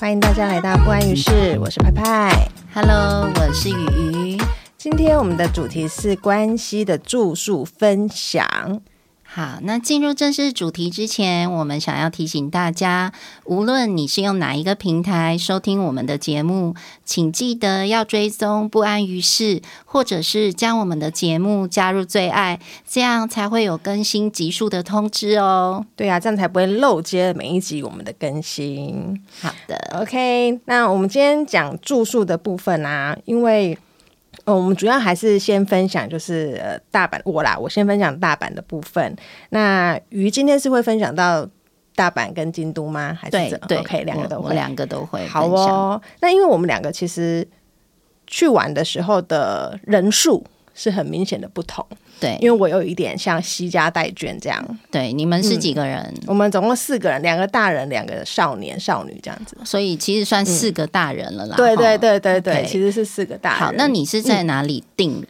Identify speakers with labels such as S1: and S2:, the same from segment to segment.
S1: 欢迎大家来到不安于室，我是派派。
S2: Hello，我是雨雨。
S1: 今天我们的主题是关系的住宿分享。
S2: 好，那进入正式主题之前，我们想要提醒大家，无论你是用哪一个平台收听我们的节目，请记得要追踪不安于室，或者是将我们的节目加入最爱，这样才会有更新集数的通知 哦。
S1: 对啊，这样才不会漏接每一集我们的更新。
S2: 好的，
S1: OK，那我们今天讲住宿的部分啊，因为呃，我们主要还是先分享就是呃大阪我啦，我先分享大阪的部分。那鱼今天是会分享到大阪跟京都吗？还是
S2: 对
S1: 怎
S2: 对
S1: o k 两个
S2: 我
S1: 都
S2: 我
S1: 会。
S2: 两个都会
S1: 好
S2: 哎分享。
S1: 哦，那因为我们两个其实去玩的时候的人数是很明显的不同，因为
S2: 对
S1: 我有一点像惜家带眷这样，
S2: 对，你们是几个人？
S1: 我们总共四个人，两个大人，两个少年少女这样子。
S2: 所以其实算四个大人了啦。
S1: 对对
S2: 哈。
S1: 对对对，
S2: 哦 OK
S1: 其实是四个大人。
S2: 好，那你是在哪里订？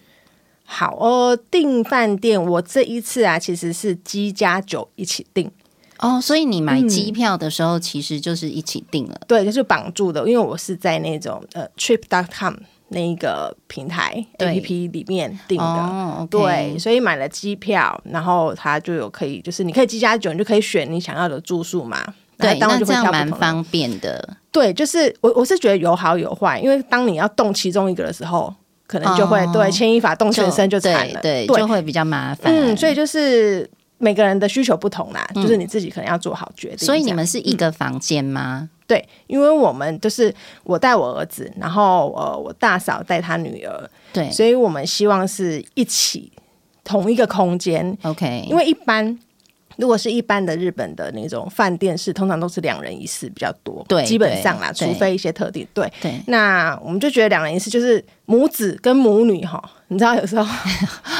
S1: 好哦，订饭店，我这一次啊，其实是鸡加酒一起订，
S2: 哦，所以你
S1: 嗯
S2: 买机票的时候，其实就是一起订了。
S1: 对，就是绑住的，因为我是在那种呃 Trip.com 那一个平台
S2: 对
S1: APP 里面订的。
S2: 哦，OK，
S1: 对，所以买了机票，然后它就有可以，就是你可以机加酒，你就可以选你想要的住宿嘛。然
S2: 对，
S1: 后当然
S2: 那
S1: 就
S2: 这
S1: 会
S2: 样
S1: 挑
S2: 蛮
S1: 不同的。
S2: 方便的。
S1: 对，就是我我是觉得有好有坏，因为当你要动其中一个的时候，可能就会、
S2: 哦
S1: 对牵一发动全身就惨了。
S2: 对，
S1: 对
S2: 对就会比较麻烦。
S1: 嗯，所以就是每个人的需求不同啦，
S2: 嗯
S1: 就是你自己可能要做好决定这样。
S2: 所以你们是一个房间吗？
S1: 对，因为我们就是我带我儿子，然后呃我大嫂带她女儿，
S2: 对
S1: 所以我们希望是一起同一个空间，
S2: ，OK，
S1: 因为一般。如果是一般的日本的那种饭店式，通常都是两人一室比较多，
S2: 对
S1: 基本上啦，
S2: 对
S1: 除非一些特定。对，
S2: 对
S1: 那我们就觉得两人一室就是母子跟母女哈，你知道有时候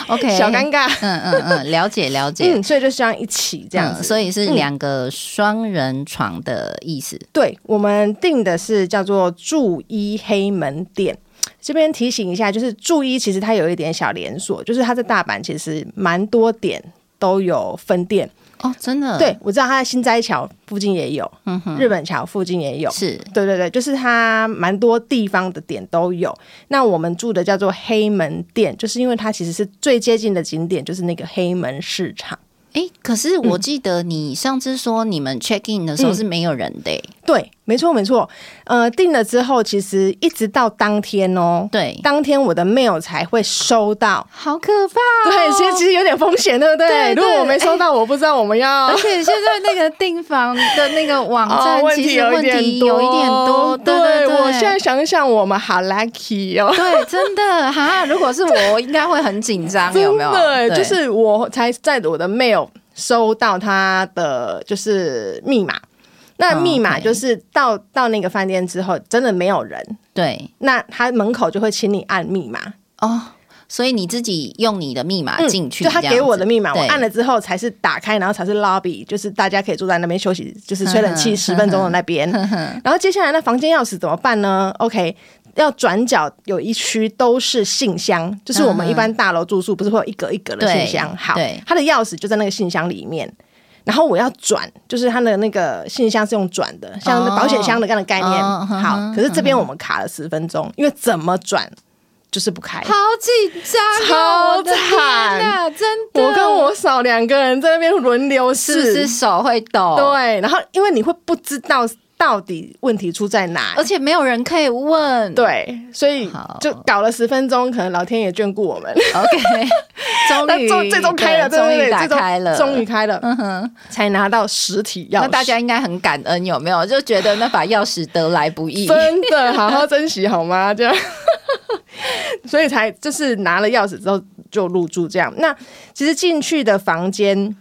S2: ，OK，
S1: 小尴尬，
S2: 嗯嗯嗯，了解了解。
S1: 嗯，所以就希望一起这样子。
S2: 嗯所以是
S1: 嗯
S2: 两个双人床的意思。
S1: 对，我们定的是叫做住一黑门店。这边提醒一下，就是住一其实它有一点小连锁，就是它在大阪其实蛮多点都有分店。
S2: 哦，真的，
S1: 对，我知道它在新斋桥附近也有，
S2: 嗯哼，
S1: 日本桥附近也有。
S2: 是
S1: 对对对，就是它蛮多地方的点都有。那我们住的叫做黑门店，就是因为它其实是最接近的景点，就是那个黑门市场。
S2: 诶，可是我记得你上次说你们 check in 的时候
S1: 嗯
S2: 是没有人的、诶欸
S1: 对，没错没错。呃，定了之后，其实一直到当天哦，
S2: 对，
S1: 当天我的 mail 才会收到。
S2: 好可怕、哦
S1: 对，其实其实有点风险，对不对？
S2: 对对
S1: 如果我没收到，我不知道我们要
S2: 而。且现在那个订房的那个网
S1: 哦
S2: 站，
S1: 问
S2: 其
S1: 题
S2: 实问题有一点多，
S1: 对
S2: 对对，
S1: 我现在想想，我们好 lucky 哦。
S2: 对真的哈，如果是我，应该会很紧张，有
S1: 真
S2: 没有？
S1: 的，欸
S2: 对
S1: 就是我才在我的 mail 收到他的就是密码，那密
S2: 哦
S1: 码
S2: ，OK
S1: 就是到、到那个饭店之后，真的没有人，
S2: 对
S1: 那他门口就会请你按密码，
S2: 哦，所以你自己用你的密码
S1: 嗯
S2: 进去，
S1: 就他
S2: 这样
S1: 给我的
S2: 子
S1: 密码，我
S2: 对
S1: 按了之后才是打开，然后才是 lobby，就是大家可以坐在那边休息，就是吹冷 气
S2: 嗯哼
S1: 十分钟的那边。然后接下来那房间钥匙怎么办呢？OK，要转角有一区都是信箱，就是我们
S2: 嗯
S1: 一般大楼住宿不是会有一格一格的信箱？
S2: 对
S1: 好
S2: 对，
S1: 他的钥匙就在那个信箱里面。然后我要转，就是它的那个信箱是用转的，像
S2: 哦
S1: 保险箱的这样的概念。
S2: 哦哼
S1: 好，
S2: 哼
S1: 可是这边我们卡了十分钟，因为怎么转就是不开。
S2: 好紧张
S1: 超
S2: 哦，我的天
S1: 惨
S2: 哪，真的，
S1: 我跟我嫂两个人在那边轮流试，
S2: 啊是不是手会抖？，
S1: 对，然后因为你会不知道到底问题出在哪，
S2: 而且没有人可以问，
S1: 对，所以
S2: 好
S1: 就搞了十分钟，可能老天也眷顾我们。
S2: ，OK，
S1: 那
S2: 终于
S1: 终最终开了，对对
S2: 对终
S1: 对
S2: 于打
S1: 最终
S2: 开了，嗯
S1: 终于开了，才拿到实体钥匙。
S2: 那大家应该很感恩，有没有？就觉得那把钥匙得来不易。
S1: 真的好好珍惜好吗？ 这样，所以才就是拿了钥匙之后就入住这样。那其实进去的房间。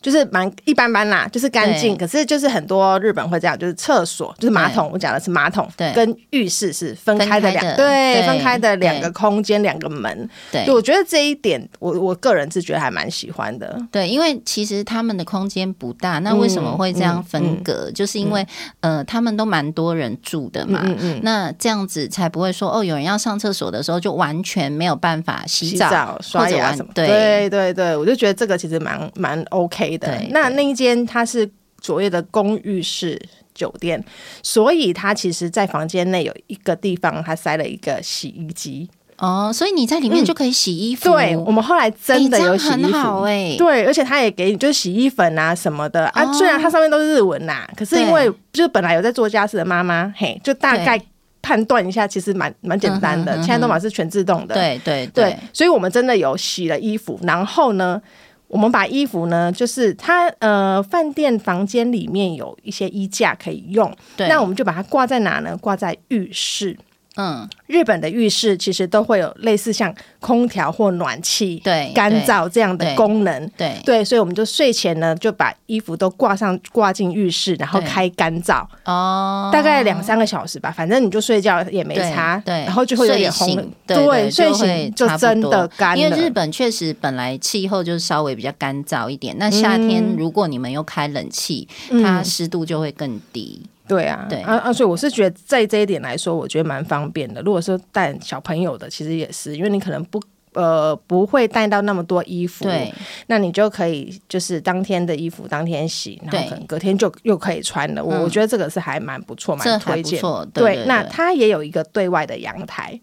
S1: 就是蛮一般般啦，就是干净，可是就是很多日本会这样，就是厕所就是马桶，我讲的是马桶，
S2: 对
S1: 跟浴室是分开的两
S2: 分开的
S1: 对
S2: 对
S1: 分开的两个
S2: 对
S1: 空间两个门，
S2: 对
S1: 对我觉得这一点我我个人是觉得还蛮喜欢的，
S2: 对，因为其实他们的空间不大，那为什
S1: 嗯
S2: 么会这样分隔？就是因为、呃，他们都蛮多人住的嘛。
S1: 嗯嗯，
S2: 那这样子才不会说哦，有人要上厕所的时候就完全没有办法洗
S1: 洗
S2: 澡，
S1: 澡、刷
S2: 或者
S1: 牙
S2: 玩
S1: 什么，
S2: 对
S1: 对对对，我就觉得这个其实蛮蛮 OK 的
S2: 对。
S1: 那
S2: 对
S1: 那一间它是所谓的公寓式酒店，所以它其实在房间内有一个地方，它塞了一个洗衣机。
S2: 哦，所以你在里面就可以洗衣服。
S1: 嗯对，我们后来真的有洗
S2: 哦诶这
S1: 衣
S2: 样很好
S1: 服。
S2: 哎、
S1: 对，而且它也给你就是洗衣粉啊什么的啊，
S2: 哦
S1: 虽然它上面都是日文呐、可是因为就是本来有在做家事的妈妈，嘿，就大概判断一下，其实蛮蛮简单的。
S2: 嗯哼嗯哼
S1: 现在都满是全自动的，
S2: 对对
S1: 对，所以我们真的有洗了衣服，然后呢，我们把衣服呢，就是它呃，饭店房间里面有一些衣架可以用，
S2: 对
S1: 那我们就把它挂在哪呢？挂在浴室。
S2: 嗯，
S1: 日本的浴室其实都会有类似像空调或暖气、
S2: 对
S1: 干燥这样的
S2: 对
S1: 功能。
S2: 对
S1: 对，所以我们就睡前呢，就把衣服都挂上挂进浴室，然后
S2: 对
S1: 开干燥，
S2: 哦，
S1: 大概两三个小时吧，反正你就睡觉也没
S2: 对
S1: 差，
S2: 对，
S1: 然后就会有点
S2: 睡
S1: 红
S2: 醒
S1: 了，
S2: 对对，
S1: 睡
S2: 会
S1: 醒就
S2: 差不
S1: 真
S2: 多
S1: 的干了。
S2: 因为日本确实本来气候就稍微比较干燥一点，那夏
S1: 嗯
S2: 天如果你们又开冷气，它湿度就会更低。
S1: 对啊，
S2: 对
S1: 啊啊，所以我是觉得在这一点来说，我觉得蛮方便的。如果说带小朋友的，其实也是，因为你可能不呃不会带到那么多衣服，
S2: 对，
S1: 那你就可以就是当天的衣服当天洗，然
S2: 对
S1: 后可能隔天就又可以穿了。我、
S2: 嗯
S1: 我觉得这个是还蛮不错，蛮
S2: 这还
S1: 推
S2: 不
S1: 荐。
S2: 错。对对，
S1: 那它也有一个对外的阳台，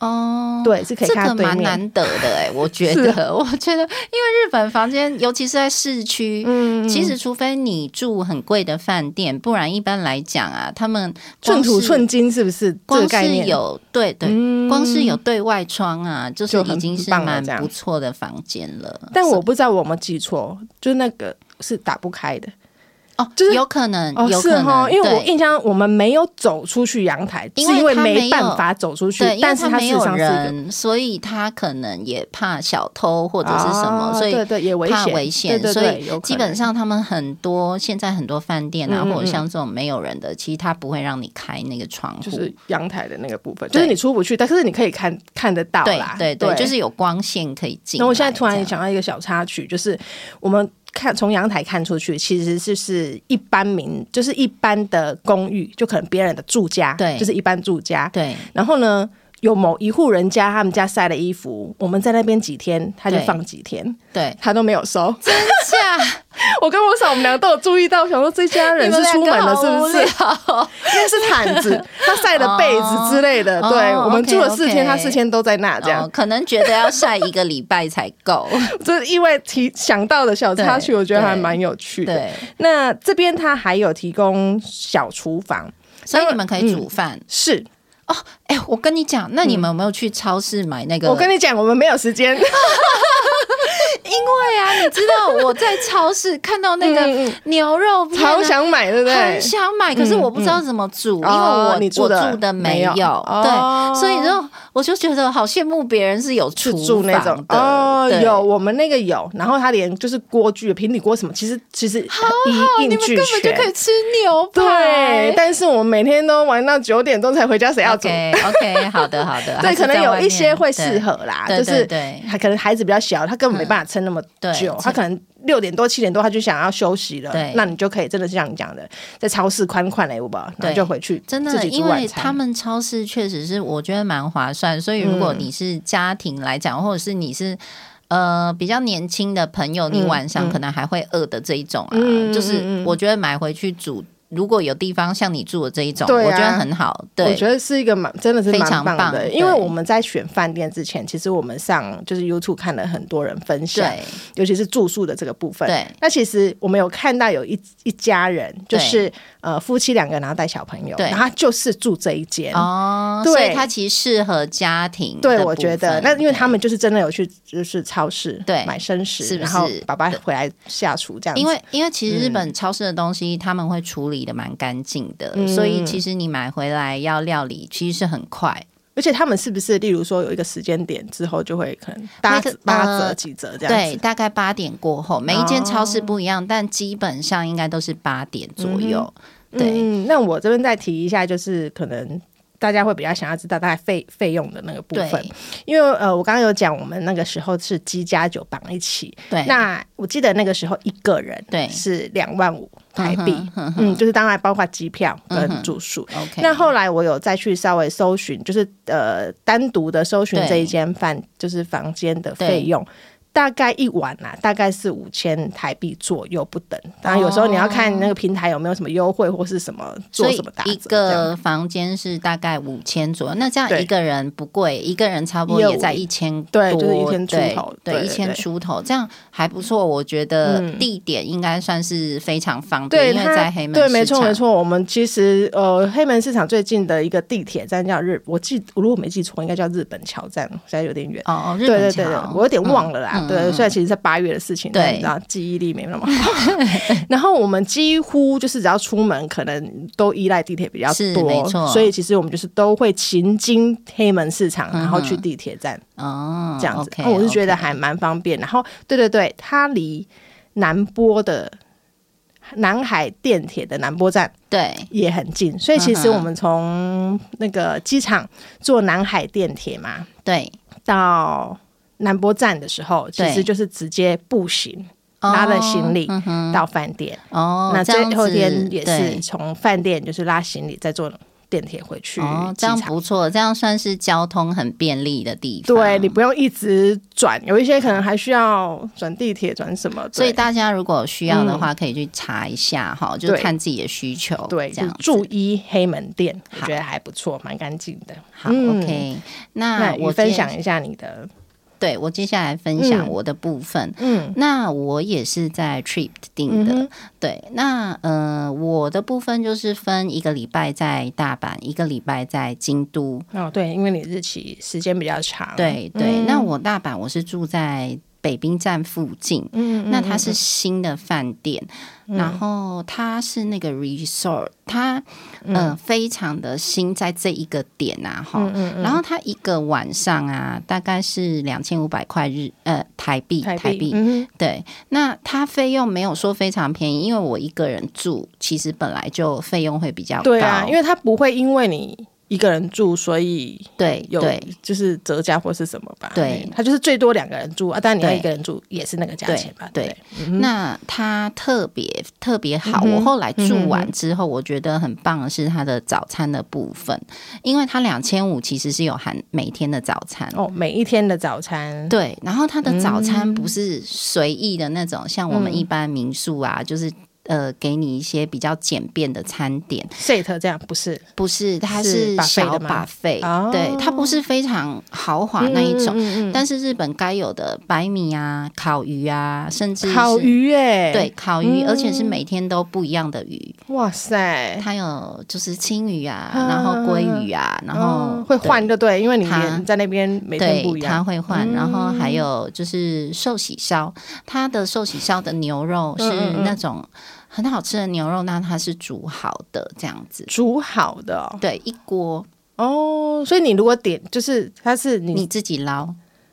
S2: 哦，
S1: 对，是可以
S2: 这
S1: 看
S2: 个
S1: 到对
S2: 蛮
S1: 面。
S2: 难得的 哎、我觉得， 我觉得，因为日本房间，尤其是在市区，
S1: 嗯
S2: 其实除非你住很贵的饭店，不然一般来讲啊，他们
S1: 寸
S2: 光
S1: 土
S2: 是
S1: 寸金是不是这个
S2: 光
S1: 概
S2: 是
S1: 念？嗯
S2: 有对对，光是有对外窗啊，就是
S1: 就很
S2: 已经是
S1: 棒了
S2: 蛮
S1: 这样
S2: 不错的房间了。
S1: 但我不知道我有没有记错，就那个是打不开的。
S2: 哦，
S1: 就是
S2: 有可能，
S1: 哦，
S2: 有
S1: 是
S2: 可能，
S1: 哦，因为我
S2: 对
S1: 印象我们没有走出去阳台，
S2: 因
S1: 是
S2: 为
S1: 因为
S2: 他没
S1: 没
S2: 有
S1: 办法走出去
S2: 对，，因为
S1: 但是
S2: 他
S1: 事实
S2: 没有
S1: 上是一个
S2: 人，所以他可能也怕小偷或者是什么，
S1: 哦
S2: 所以
S1: 对对也危
S2: 怕
S1: 险，
S2: 危险，
S1: 对对
S2: 所
S1: 对
S2: 以
S1: 有可
S2: 基本
S1: 能
S2: 上他们很多现在很多饭店啊，
S1: 嗯嗯嗯
S2: 或者像这种没有人的，其实他不会让你开那个窗户，
S1: 就是阳台的那个部分，就
S2: 对
S1: 是你出不去，但是你可以看看得到
S2: 对
S1: 啦，
S2: 对对，就是有光线可以进来这样。
S1: 那我现在突然想到一个小插曲，就是我们看从阳台看出去，其实就是一般民，就是一般的公寓，就可能别人的住家，
S2: 对
S1: 就是一般住家。
S2: 对
S1: 然后呢，有某一户人家他们家晒了衣服，我们在那边几天，他就
S2: 对
S1: 放几天，
S2: 对
S1: ，他都没有收。
S2: 下
S1: 我跟我嫂，我们俩都有注意到，想说这家人是出门了，是不是？ 因为是毯子，他晒了被子之类的。
S2: 哦
S1: 对，
S2: 哦
S1: 我们住了
S2: OK，OK
S1: 四天，他四天都在那，这
S2: 哦
S1: 样，
S2: 可能觉得要晒一个礼拜才够。
S1: 这是因为提想到的小插曲，
S2: 对
S1: 我觉得还蛮有趣的。
S2: 对，
S1: 那这边他还有提供小厨房，
S2: 所以你们可
S1: 嗯
S2: 以煮饭。
S1: 是
S2: 哎、我跟你讲，那你们有没有去超市买那个？
S1: 嗯我跟你讲，我们没有时 间，
S2: 对啊，你知道我在超市看到那
S1: 嗯
S2: 个牛肉片啊、
S1: 好想买，对不对嗯
S2: 很？想买，可是我不知道怎么煮，因为
S1: 哦
S2: 我
S1: 你住的
S2: 我住的没
S1: 没有哦
S2: 对，所以就我就觉得好羡慕别人是有厨
S1: 去住那种
S2: 房的，
S1: 哦，
S2: 对
S1: 有我们那个有，然后他连就是锅具、平底锅什么，其实其实一
S2: 你
S1: 应
S2: 们
S1: 俱
S2: 根本就
S1: 全
S2: 可。以吃牛排
S1: 对，。但是我们每天都玩到九点钟才回家，谁要煮？
S2: OK OK，好的好的，还
S1: 对，
S2: 是
S1: 可能
S2: 在
S1: 有
S2: 外
S1: 一些
S2: 面
S1: 会适。合啦，
S2: 对
S1: 就
S2: 对
S1: 是
S2: 对嗯
S1: 还可能孩子比较小，他根本没办法撑那么
S2: 对
S1: 久，
S2: 撑
S1: 他可能六点多七点多他就想要休息了
S2: 对，
S1: 那你就可以真的是像你讲的，在超市宽宽嘞，我吧，然
S2: 对
S1: 后就回去
S2: 真
S1: 自
S2: 的，
S1: 己
S2: 因
S1: 煮晚
S2: 为他
S1: 餐。
S2: 们超市确实是我觉得蛮划算，所以如
S1: 嗯
S2: 果你是家庭来讲，或者是你是呃比较年轻的朋友，你晚上可能还会饿的这一种啊，
S1: 嗯嗯嗯
S2: 就是我觉得买回去煮，如果有地方像你住的这一种，
S1: 对啊
S2: 我觉得很好。
S1: 我
S2: 对
S1: 觉得是一个蛮，真的是
S2: 非
S1: 蛮
S2: 常棒
S1: 的，
S2: 对
S1: 因为我们在选饭店之前，其实我们上就是 YouTube 看了很多人分享，
S2: 对
S1: 尤其是住宿的这个部分。
S2: 对，
S1: 那其实我们有看到有一一家人，就
S2: 对
S1: 是呃夫妻两个，然后带小朋友，
S2: 对
S1: 然后他就是住这一间。
S2: 哦，
S1: 对
S2: 所以它其实适合家庭的部分。
S1: 对，我觉得那因为他
S2: 对。
S1: 们就是真的有去就是超市
S2: 对
S1: 买生食，
S2: 是不
S1: 然后
S2: 是
S1: 爸爸回来下厨这样子。
S2: 因为因为其实日本超市的东西他们会处理的蛮干净的，
S1: 嗯
S2: 所以其实你买回来要料理其实是很快，
S1: 而且他们是不是例如说有一个时间点之后就会可能八
S2: 会
S1: 八
S2: 呃
S1: 折几折这样
S2: 对，
S1: 子？哦
S2: 大概八点过后，每一间超市不一样，但基本上应该都是八点左右。对，
S1: 嗯，那我这边再提一下，就是可能。大家会比较想要知道大概费费用的那个部分
S2: 对，，
S1: 因为呃，我刚刚有讲，我们那个时候是鸡加酒绑一起，
S2: 对，
S1: 那我记得那个时候一个人
S2: 对
S1: 是两万五台币，
S2: 嗯
S1: 嗯，就是当然包括机票
S2: 嗯
S1: 跟
S2: 哼
S1: 住宿，
S2: OK，
S1: 那后来我有再去稍微搜寻，就是呃单独的搜寻
S2: 对
S1: 这一间饭就是房间的费用，大概一晚啊，大概是五千台币左右不等。当然有时候你要看那个平台有没有什么优惠或是什么
S2: 所
S1: 做
S2: 以
S1: 什么打折
S2: 一
S1: 这样。
S2: 个房间是大概五千左右，那这样
S1: 对
S2: 一个人不贵，一个人差不多也在一千多，
S1: 对就是1000出头
S2: 对，
S1: 对对
S2: 一千
S1: 对
S2: 出头，这样还不错。我觉得
S1: 嗯
S2: 地点应该算是非常方
S1: 对
S2: 便，因为
S1: 它
S2: 在黑门
S1: 对，
S2: 市
S1: 没错
S2: 场
S1: 没。错。我们其实呃，黑门市场最近的一个地铁站叫日，我记如果没记错，应该叫日本桥站，现在有点远。
S2: 哦，日
S1: 对对
S2: 本
S1: 对对
S2: 桥，，
S1: 我有点忘了啦。
S2: 嗯嗯
S1: 对，
S2: 嗯
S1: 虽然其实是八月的事情，
S2: 对
S1: 但你知道记忆力没那么好。 然后我们几乎就是只要出门，可能都依赖地铁比较
S2: 是没
S1: 多
S2: 错，
S1: 所以其实我们就是都会行经黑门市场，
S2: 嗯
S1: 然后去地铁站
S2: 哦，
S1: 这样子。
S2: OK，
S1: 那我是觉得
S2: OK
S1: 还蛮方便。然后，对对对，它离南波的。南海电铁的南波站
S2: 对，
S1: 也很近，所以其实
S2: 嗯哼
S1: 我们从那个机场坐南海电铁嘛，
S2: 对，
S1: 到南波站的时候，其
S2: 对
S1: 实就是直接步行拉了行李
S2: 哦，嗯哼
S1: 到饭店。
S2: 哦
S1: 那
S2: 这
S1: 最
S2: 样
S1: 后
S2: 子
S1: 一天也是
S2: 对
S1: 从饭店就是拉行李，再坐电铁回去
S2: 哦，
S1: 机
S2: 这样
S1: 场。
S2: 不错，这样算是交通很便利的地方。
S1: 对你不用一直转，有一些可能还需要转地铁、转什么。对嗯
S2: 所以大家如果有需要的话，可以去查一下哈，就是
S1: 对
S2: 看自己的需求，
S1: 对，
S2: 这
S1: 就是
S2: 样子
S1: 住一黑门店，我
S2: 好
S1: 觉得还不错，蛮干净的。
S2: 好、
S1: 嗯
S2: o k
S1: 那
S2: 那
S1: 我
S2: 我
S1: 分
S2: 接
S1: 享，一下你的，
S2: 对我接下来分享
S1: 嗯
S2: 我的部分。
S1: 嗯
S2: 那我也是在 Trip 订的，
S1: 嗯哼
S2: 对。那呃，我的部分就是分一个礼拜在大阪，一个礼拜在京都。
S1: 哦，对，因为你日期时间比较长，
S2: 对对，
S1: 嗯
S2: 那我大阪我是住在北滨站附近，
S1: 嗯，嗯
S2: 那
S1: 嗯
S2: 它是新的饭店，然后它是那个 resort，它呃
S1: 嗯
S2: 非常的新，在这一个点啊哈，
S1: 嗯
S2: 然后它一个晚上啊大概是两千五百块日呃台币
S1: 台
S2: 台
S1: 币，
S2: 币，
S1: 嗯哼
S2: 对，那它费用没有说非常便宜，因为我一个人住，其实本来就费用会比较高，
S1: 对啊，因为它不会因为你一个人住，所以
S2: 对
S1: 有
S2: 对
S1: 就是折价或是什么吧。
S2: 对
S1: 它就是最多两个人住啊，但你要
S2: 对
S1: 一个人住也是那个价钱吧？
S2: 对
S1: 对
S2: 对，
S1: 嗯
S2: 那它特别特别好，我后来住
S1: 嗯
S2: 完之后，我觉得很棒的是它的早餐的部分，因为它两千五其实是有含每天的早餐。
S1: 哦，每一天的早餐，
S2: 对，然后它的早餐不是随意的那种，像我们
S1: 嗯
S2: 一般民宿啊，就是呃，给你一些比较简便的餐点，
S1: set 这样不是
S2: 不是，它
S1: 是
S2: 是
S1: buffet
S2: 小
S1: 的吗
S2: 把费，
S1: 哦
S2: 对，它不是非常豪华那一种，
S1: 嗯嗯嗯
S2: 但是日本该有的白米啊、烤鱼啊，甚至是
S1: 烤鱼哎，
S2: 对，，烤鱼，而且是每天都不一样的鱼，
S1: 哇塞，
S2: 它有就是青鱼啊，
S1: 嗯
S2: 然后鲑鱼啊，然后
S1: 哦会
S2: 对
S1: 换就对，因为你
S2: 它
S1: 连在那边每天
S2: 对
S1: 不一，
S2: 它
S1: 样，嗯
S2: 会换，然后还有就是寿喜烧，它的寿喜烧的牛肉是
S1: 嗯嗯嗯
S2: 那种很好吃的牛肉，那它是煮好的这样子，
S1: 煮好的哦
S2: 对，一锅
S1: 哦，所以你如果点就是它是
S2: 你
S1: 你
S2: 自己捞，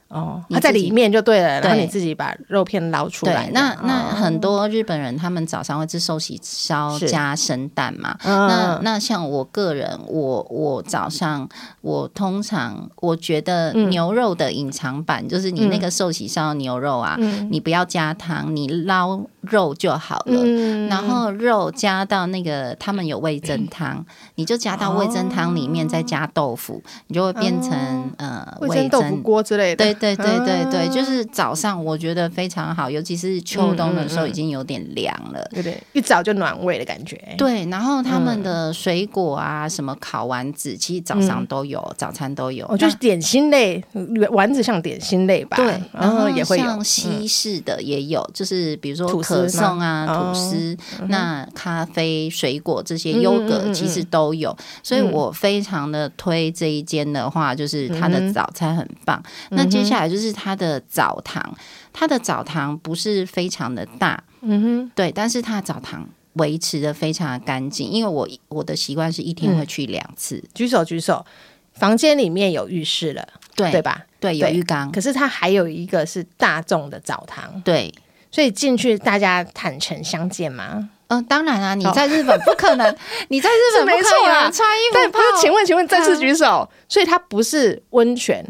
S1: 哦，
S2: 你
S1: 它在
S2: 自己
S1: 里面就对了，然后
S2: 对
S1: 你自己把肉片捞出来
S2: 对，
S1: 的，
S2: 那
S1: 哦
S2: 那很多日本人他们早上会吃寿喜烧
S1: 是
S2: 加生蛋嘛，
S1: 嗯
S2: 那那像我个人，我我早上我通常我觉得
S1: 嗯
S2: 牛肉的隐藏版、就是你那个寿喜烧牛肉啊，你不要加汤，你捞肉就好了。
S1: 嗯
S2: 然后肉加到那个他们有味噌汤，你就加到味噌汤里面，再加豆腐，你就会变成、呃
S1: 哦味噌豆腐锅之类的，哦
S2: 对对对对对，就是早上我觉得非常好，尤其是秋冬的
S1: 嗯
S2: 时候已经有点凉了。
S1: 有点一早就暖胃的感觉。
S2: 对，然后他
S1: 嗯
S2: 们的水果啊，什么烤丸子，其实早上都有，早餐都有。
S1: 嗯哦，就是点心类，丸子像点心类吧，
S2: 那对，然后
S1: 也会有嗯
S2: 像西式的也有，就是比如说
S1: 吐司
S2: 可颂啊、
S1: 吗
S2: 吐
S1: 哦
S2: 司，那咖啡、水果这些
S1: 嗯
S2: 优
S1: 嗯
S2: 格
S1: 嗯
S2: 其
S1: 嗯
S2: 实都有。所以我非常的推这一间的话，就是它
S1: 嗯
S2: 的早餐很棒。那接下来就是它的澡堂，它的澡堂不是非常的大，
S1: 嗯
S2: 对，但是它澡堂维持的非常的干净，因为我我的习惯是一
S1: 嗯
S2: 天会去两次，
S1: 哼，举手举手。房间里面有浴室了，
S2: 对
S1: 对吧？
S2: 对有
S1: 对
S2: 浴缸，
S1: 可是它还有一个是大众的澡堂，
S2: 对。
S1: 所以进去大家坦诚相见嘛。
S2: 嗯、当然啊，你
S1: 好
S2: 在日本不可能，你在日本
S1: 是没
S2: 不可能
S1: 错
S2: 有
S1: 啦
S2: 人穿衣服
S1: 对，不是
S2: 泡，
S1: 请问，请问再次举手，所以它不是温泉，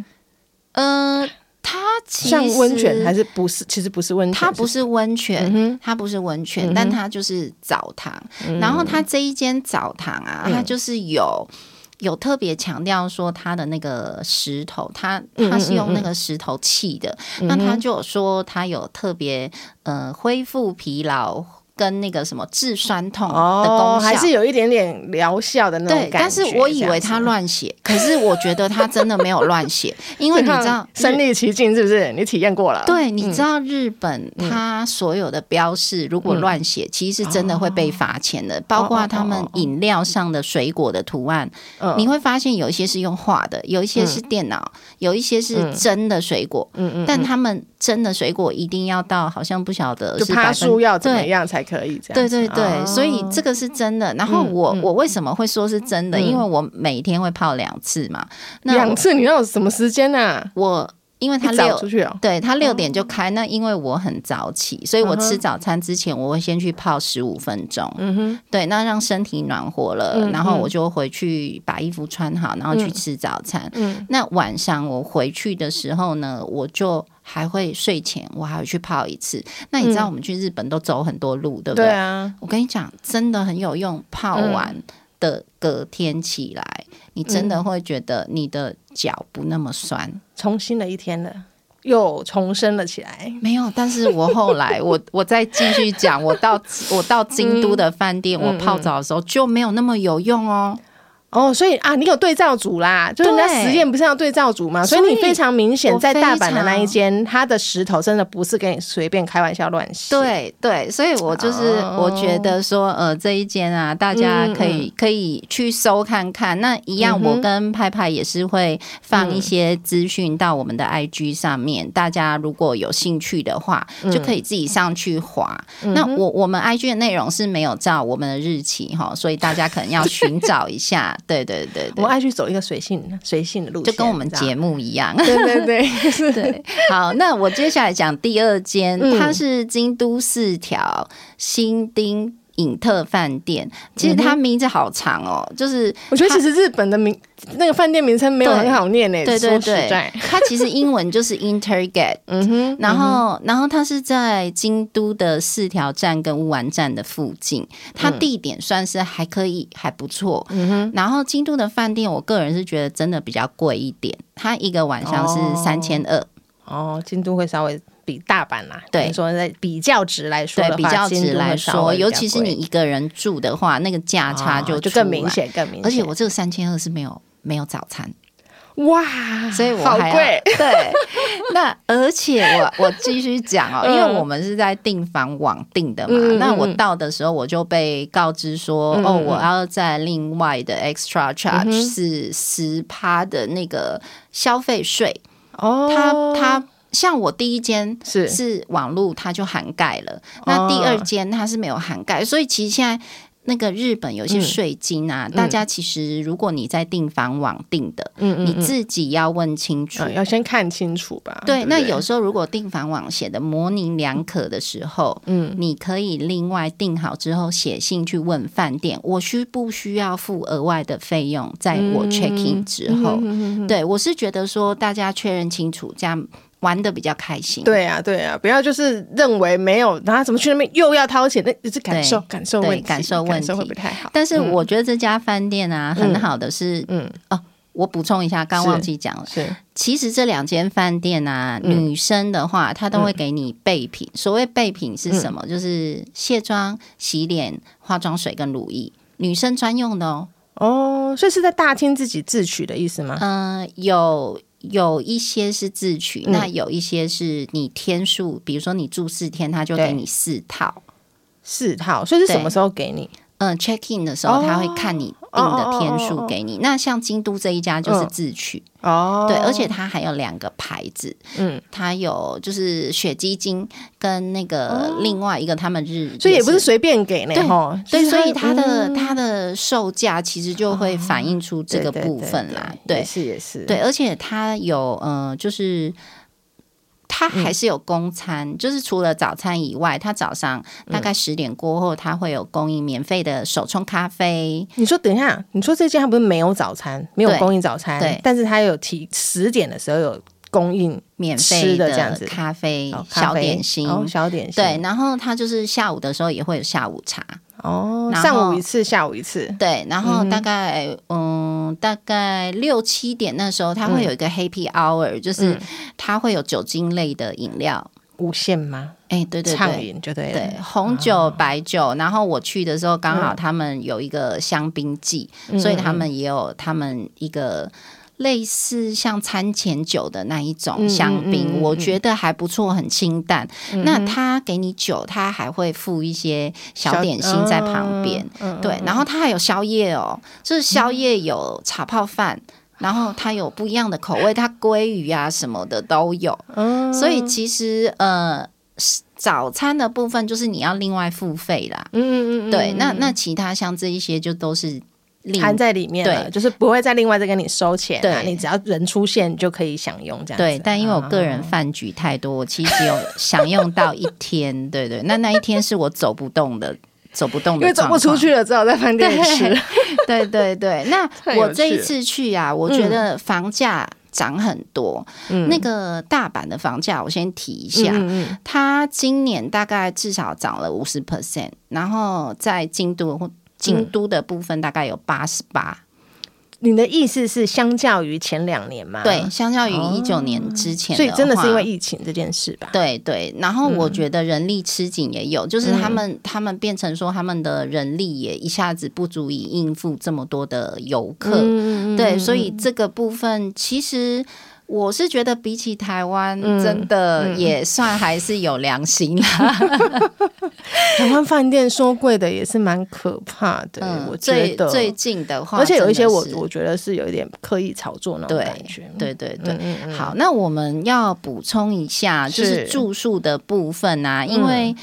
S2: 嗯，它其实
S1: 像温泉还是不是？其实不是温泉，
S2: 它不
S1: 是
S2: 是温泉，
S1: 嗯哼
S2: 它不是温
S1: 嗯
S2: 泉，
S1: 哼嗯
S2: 但它就是澡堂。然后它这一间澡堂啊，它就是有有特别强调说它的那个石头，它
S1: 嗯嗯嗯
S2: 它是用那个石头砌的，那它就有说它有特别呃恢复疲劳跟那个什么治酸痛的功效。
S1: 哦，还是有一点点疗效的那种
S2: 对，
S1: 感觉。
S2: 但是我以为他
S1: 这样子，
S2: 乱写，可是我觉得他真的没有 乱写，因为你知道
S1: 这样身临其境是不是？你体验过了？
S2: 对，你知道日本
S1: 嗯
S2: 它所有的标示，如果乱写，其实真的会被罚钱
S1: 哦
S2: 的，包括他们饮料上的水果的图案，
S1: 嗯，
S2: 你会发现有一些是用画的，有一些是电脑，有一些是真的水果，
S1: 嗯嗯，
S2: 但他们真的水果一定要到好像不晓得
S1: 就是趴
S2: 百分
S1: 树要怎么
S2: 对
S1: 样才可以这样
S2: 对
S1: 子？
S2: 对对，
S1: 哦
S2: 所以这个是真的。然后
S1: 嗯
S2: 我、
S1: 嗯
S2: 我为什么会说是真的？
S1: 嗯
S2: 因为我每天会泡两次嘛。那
S1: 两
S2: 我
S1: 次你要有什么时间呢？
S2: 我因为他
S1: 一早
S2: 六
S1: 出去哦，
S2: 对他六点就开，那因为我很早起，所以我吃早餐之前我会先去泡十五分钟。
S1: 嗯哼，
S2: 对，那让身体暖和了，
S1: 嗯
S2: 然后
S1: 嗯
S2: 我就回去把衣服穿好，然后去
S1: 嗯
S2: 吃早餐。
S1: 嗯
S2: 那晚上我回去的时候呢，我就还会睡前我还会去泡一次。那你知道
S1: 嗯
S2: 我们去日本都走很多路，对不
S1: 对嗯
S2: 对？
S1: 啊，
S2: 我跟你讲，真的很有用。泡完的隔天起来，你真
S1: 嗯
S2: 的会觉得你的脚不那么酸。
S1: 重新了一天了，又重生了起来。
S2: 没有，但是我后来，我 我再继续讲，我到我到京都的饭
S1: 嗯
S2: 店，我泡澡的时候就没有那么有用哦。
S1: 哦，所以啊，你有对照组啦，就是人家
S2: 对
S1: 实验不是要对照组嘛，所以
S2: 所以
S1: 你非常明显
S2: 我
S1: 在大阪
S2: 非
S1: 的
S2: 常
S1: 那一间，它的石头真的不是跟你随便开玩笑乱写。
S2: 对对，所以我就是、
S1: 哦
S2: 我觉得说，呃，这一间啊，大家
S1: 嗯
S2: 可以、可以去搜看看。那一
S1: 嗯
S2: 样，
S1: 哼
S2: 我跟派派也是会放一些资讯到我们的 IG 上面，大家如果有兴趣的话，
S1: 嗯
S2: 就可以自己上去划。那我我们 IG 的内容是没有照我们的日期哈，所以大家可能要寻找一下。 对对对
S1: 我
S2: 对
S1: 们。爱去走一个随性随性的路
S2: 就
S1: 线，
S2: 跟我们
S1: 你知道
S2: 节目一样，
S1: 对对对， 是
S2: 对， 好，那我接下来讲第二间，
S1: 嗯
S2: 它是京都四条新町影特饭店。其实它
S1: 嗯
S2: 名字好长哦，就是
S1: 我觉得其实日本的名那个饭店名称没有很好念诶，
S2: 对对
S1: 说实
S2: 对
S1: 在，
S2: 它其实英文就是 Intergate，
S1: 嗯哼，
S2: 然后然后它是在京都的四条站跟乌丸站的附近，它
S1: 嗯
S2: 地点算是还可以，还不错。然后京都的饭店，我个人是觉得真的比较贵一点，它一个晚上是
S1: 哦
S2: 三千二。
S1: 哦，京都会稍微比大阪啦，
S2: 对
S1: 你说在比较值来说的
S2: 对
S1: 话，
S2: 比较值
S1: 京都
S2: 来
S1: 会稍
S2: 说，
S1: 微比较
S2: 尤其是
S1: 贵
S2: 你一个人住的话，那个价差就、
S1: 哦就更明。显，更明显。
S2: 而且我这个三千二是没有没有早餐，
S1: 哇，
S2: 所以我
S1: 啊好
S2: 还要
S1: 贵
S2: 对。那而且我我继续讲哦，因
S1: 嗯
S2: 为我们是在订房网订的嘛，
S1: 嗯嗯
S2: 那我到的时候我就被告知说，
S1: 嗯嗯
S2: 哦，
S1: 嗯
S2: 我要在另外的 extra
S1: 嗯
S2: charge
S1: 哼
S2: 是十趴的那个消费税，
S1: 哦，
S2: 它它。像我第一间
S1: 是哦
S2: 是网络，它就涵盖了。那第二间它是没有涵盖，所以其实现在那个日本
S1: 嗯
S2: 有些税金啊，大家其实如果你在订房网订的，
S1: 嗯嗯
S2: 你自己要问清楚。
S1: 嗯，要先看清楚吧。
S2: 对，
S1: 不
S2: 那有时候如果订房网写的模棱两可的时候，
S1: 嗯，
S2: 你可以另外订好之后写信去问饭店，我需不需要付额外的费用，在
S1: 嗯
S2: 我 check in 之后，对我是觉得说大家确认清楚，这样玩的比较开心。
S1: 对啊，对啊，不要就是认为没有，然后怎么去那边又要掏钱，那是感受
S2: 对
S1: 感受
S2: 对
S1: 问题，
S2: 感受问题
S1: 会不太好。
S2: 但是我觉得这家饭店啊，
S1: 嗯
S2: 很好的是，哦
S1: 嗯，
S2: 我补充一下，刚忘记讲了。
S1: 是
S2: 其实这两间饭店啊，
S1: 嗯
S2: 女生的话，她都会给你备品。所谓备品是什么？
S1: 嗯
S2: 就是卸妆、洗脸、化妆水跟乳液，女生专用的哦。
S1: 哦，所以是在大厅自己自取的意思吗？
S2: 嗯、有。有一些是自取，
S1: 嗯
S2: 那有一些是你天数，比如说你住四天，他就
S1: 对
S2: 给你四套。
S1: 四套，所以是
S2: 对
S1: 什么时候给你？
S2: 嗯，check in 的时候他会看你定的
S1: 哦哦哦
S2: 天
S1: 哦嗯
S2: 数
S1: 哦
S2: 给你。那像京都这一家就是自取，
S1: 哦，
S2: 对，而且它还有两个牌子，
S1: 嗯，
S2: 它有就是雪肌精跟那个另外一个他们日，
S1: 哦所以也不是随便给呢，
S2: 对
S1: 吼，
S2: 对，
S1: 就是
S2: 所以它的
S1: 嗯哦
S2: 它的售价其实就会反映出这个
S1: 对对
S2: 部
S1: 对
S2: 分啦，
S1: 也
S2: 对
S1: 是也是，
S2: 对，而且它有呃，就是。它
S1: 嗯
S2: 还是有供餐，就是除了早餐以外，它早上
S1: 嗯
S2: 大概十点过后，它会有供应免费的手冲咖啡。
S1: 你说等一下，你说这间它不是没有早餐，没有
S2: 对
S1: 供应早餐，
S2: 对
S1: 但是它有提十点的时候有供应
S2: 免费
S1: 吃的这样子
S2: 咖啡、
S1: 哦咖
S2: 嗯小
S1: 啡
S2: 点心，
S1: 哦，小点心，
S2: 对，然后它就是下午的时候也会有下午茶，
S1: 哦，
S2: 然后
S1: 上午一次，下午一次，
S2: 对，然后大概嗯大概六七点那时候，它会有一个 Happy Hour，、就是它会有酒精类的饮料。
S1: 无限吗？
S2: 哎、对对
S1: 畅
S2: 对。哦
S1: 饮就对了。
S2: 对，红酒、白酒，然后我去的时候刚好他们有一个香槟季，
S1: 嗯
S2: 所以他们也有他们一个类似像餐前酒的那一种香槟，
S1: 嗯嗯嗯嗯
S2: 我觉得还不错，很清淡。那他给你酒，他还会附一些小点心在
S1: 哦
S2: 旁边，
S1: 嗯
S2: 对，然后它还有宵夜哦，就是宵夜有茶泡饭。然后它有不一样的口味，它鲑鱼啊什么的都有，
S1: 哦
S2: 所以其实呃，是早餐的部分就是你要另外付费啦。
S1: 嗯嗯嗯，
S2: 对，那那其他像这一些就都是另
S1: 含在里面了，
S2: 对
S1: 就是不会再另外再跟你收钱、啊，
S2: 对
S1: 你只要人出现你就可以享用这样子。啊
S2: 对，但因为我个人饭局太多，我其实有享用到一天， 对对，那那一天是我走不动的，走不动
S1: 因
S2: 的，
S1: 为走不出。去了，只好在饭店里吃
S2: 对。对对对，那
S1: 太有
S2: 我这
S1: 趣嗯
S2: 一
S1: 了
S2: 次去啊，我觉得房价涨很多。 那个大阪的房价，我先提一下，
S1: 嗯嗯
S2: 它今年大概至少涨了五十 percent，然后在京都京
S1: 嗯
S2: 都的部分大概有八十八，
S1: 你的意思是相较于前两年吗？
S2: 对，，相较于
S1: 哦
S2: 一九年之前
S1: 所以真的是因为
S2: 话。
S1: 疫情这件事吧？
S2: 对对，然后
S1: 嗯
S2: 我觉得人力吃紧也有，就是他们他们变成说他们的人力也一下子不足以应付这么多的游客，
S1: 嗯，嗯嗯
S2: 对，所以这个部分其实我是觉得比起台湾，
S1: 嗯
S2: 真的也算还是有良心啦。
S1: 台湾饭店说贵的也是蛮可怕的，
S2: 嗯，
S1: 我觉
S2: 最
S1: 得。
S2: 最近的话，
S1: 而且有一些我
S2: 真的是
S1: 我觉得是有一点刻意炒作那种
S2: 对
S1: 感觉。
S2: 对对对。
S1: 嗯，嗯嗯
S2: 好，那我们要补充一下，就是
S1: 是嗯
S2: 住宿的部分啊，因为、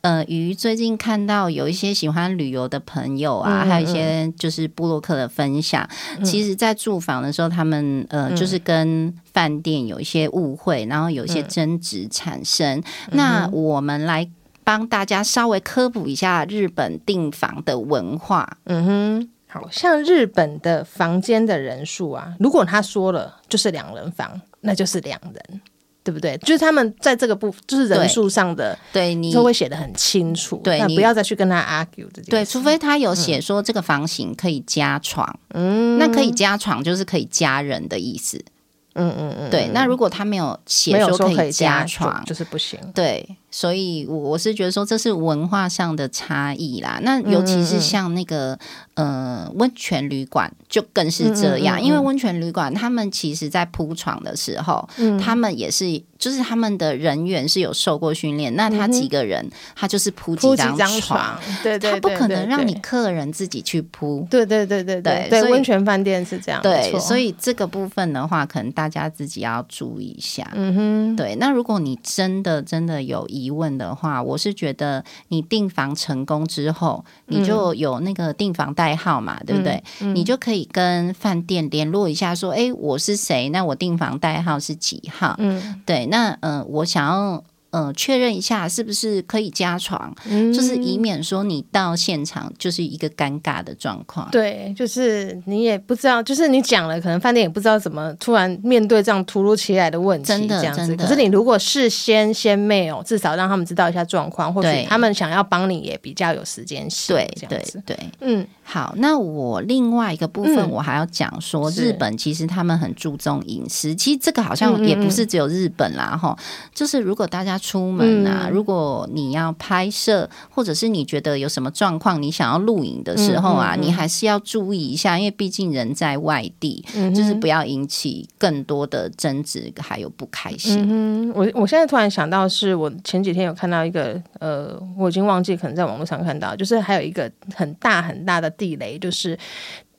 S2: 呃，鱼最近看到有一些喜欢旅游的朋友啊，
S1: 嗯
S2: 还有一些就是布洛克的分享，其实，在住房的时候，他们呃，就是
S1: 嗯
S2: 跟饭店有一些误会，然后有一些争执产生。
S1: 嗯
S2: 那我们来。帮大家稍微科普一下日本订房的文化，
S1: 嗯哼，好像日本的房间的人数啊，如果他说了就是两人房，那就是两人，对不对？就是他们在这个部，就是人数上的，
S2: 对你
S1: 都会写的很清楚。
S2: 对
S1: 那
S2: 你
S1: 不要再去跟他 argue 这件事。
S2: 对，除非他
S1: 嗯
S2: 有写说这个房型可以加床，嗯，那可以加床就是可以加人的意思，
S1: 嗯嗯嗯，
S2: 对。那如果他没有
S1: 没
S2: 写
S1: 有说
S2: 可
S1: 以
S2: 加
S1: 加
S2: 床
S1: 就，就是不行。
S2: 对，所以我我是觉得说这是文化上的差异啦。那尤其
S1: 嗯
S2: 是像那个呃温泉旅馆，就更是
S1: 嗯
S2: 这样，因为温泉旅馆他们其实在铺床的时候，
S1: 嗯
S2: 他们也是就是他们的人员是有受过训练，那他几个人他就是铺
S1: 嗯铺几
S2: 张
S1: 张床，对对，
S2: 他不
S1: 对
S2: 可
S1: 对
S2: 能让你
S1: 对
S2: 客人自己去铺。
S1: 对对对对
S2: 对
S1: 对对，
S2: 所以
S1: 温泉饭店是这样，
S2: 对，所
S1: 以
S2: 以这个部分的话，可能大家自己要注意一下。
S1: 嗯哼，
S2: 对，那如果你真的真的有疑问的话，我是觉得你订房成功之后，
S1: 嗯
S2: 你就有那个订房代号嘛，对不对？你就可以跟饭店联络一下，说，哎，我是谁？那我订房代号是几号？
S1: 嗯
S2: 对，那呃，我想要呃确认一下，是不是可以加床？
S1: 嗯
S2: 就是以免说你到现场就是一个尴尬的状况。
S1: 对，就是你也不知道，就是你讲了，可能饭店也不知道怎么突然面对这样突如其来的问题，
S2: 真的
S1: 这样子。
S2: 真的
S1: 可是你如果事先先 mail，至少让他们知道一下状况，或
S2: 对
S1: 许他们想要帮你也比较有时间性，
S2: 对
S1: 这样
S2: 对
S1: 子。
S2: 对，
S1: 嗯，
S2: 好，那我另外一个部分
S1: 嗯
S2: 我还要讲说，
S1: 是嗯
S2: 日本其实他们很注重饮食，其实这个好像也不是只有日本啦，哈、就是如果大家出门
S1: 嗯
S2: 啊，如果你要拍摄，或者是你觉得有什么状况，你想要录影的时候
S1: 嗯
S2: 啊，你还是要注意一下，因为毕竟人在外地，
S1: 嗯
S2: 就是不要引起更多的争执还有不开心。
S1: 嗯，我我现在突然想到，是我前几天有看到一个，呃，我已经忘记，可能在网络上看到，就是还有一个很大很大的地雷，就是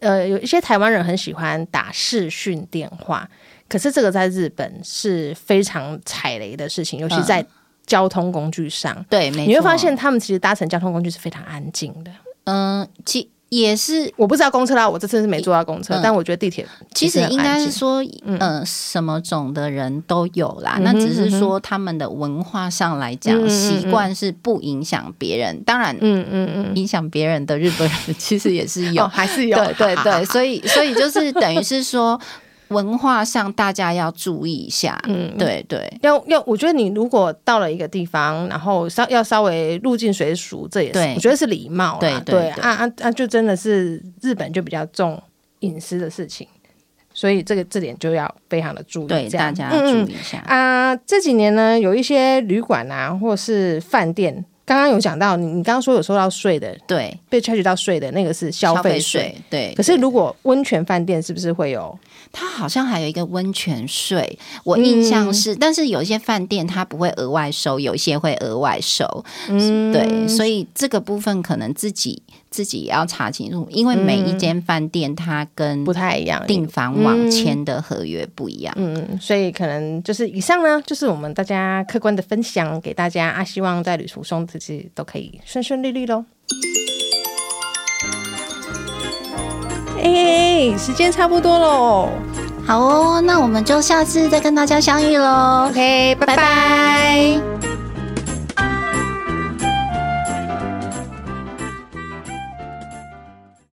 S1: 呃，有一些台湾人很喜欢打视讯电话，可是这个在日本是非常踩雷的事情，尤其
S2: 嗯
S1: 在交通工具上，
S2: 对，没错，
S1: 你会发现，他们其实搭乘交通工具是非常安静的。
S2: 嗯、其也是
S1: 我不知道公车啦，我这次是没坐到公车，
S2: 嗯
S1: 但我觉得地铁
S2: 其实
S1: 很
S2: 应
S1: 安
S2: 该是
S1: 静
S2: 说，
S1: 嗯
S2: 呃，什么种的人都有啦。那只是说他们的文化上来
S1: 嗯
S2: 讲，习惯是不影响别人。当然，嗯嗯嗯，影响别人的日本人其实也是有
S1: 哦，。还是有，
S2: 对对
S1: 哈哈
S2: 对，所以所以就是等于是说，文化上大家要注意一下。嗯，对对
S1: 要要，我觉得你如果到了一个地方，然后稍要稍微入境随俗，这也是
S2: 对
S1: 我觉得是礼貌啦。
S2: 对对对
S1: 啊啊啊！就真的是日本就比较重隐私的事情，所以这个这点就要非常的注意，
S2: 对，
S1: 这样
S2: 大家要
S1: 嗯嗯
S2: 注意一下。
S1: 啊、这几年呢，有一些旅馆啊，或是饭店，刚刚有讲到，你你刚刚说有收到税的，
S2: 对，
S1: 被 charge 到税的那个是消费税。
S2: 税，对。
S1: 可是如果温泉饭店是不是会有？
S2: 它好像还有一个温泉税，我印象
S1: 嗯
S2: 是，但是有一些饭店它不会额外收，有一些会额外收，
S1: 嗯，
S2: 对，所以这个部分可能自己自己也要查清楚，因为每一间饭店它跟
S1: 不太一样。
S2: 订房网签的合约不一样。
S1: 嗯，所以可能就是以上呢，就是我们大家客观的分享给大家啊，希望在旅途中自己都可以顺顺利利喽。哎、时间差不多喽
S2: 好哦，那我们就下次再跟大家相遇喽，
S1: ，OK，拜拜
S2: 拜拜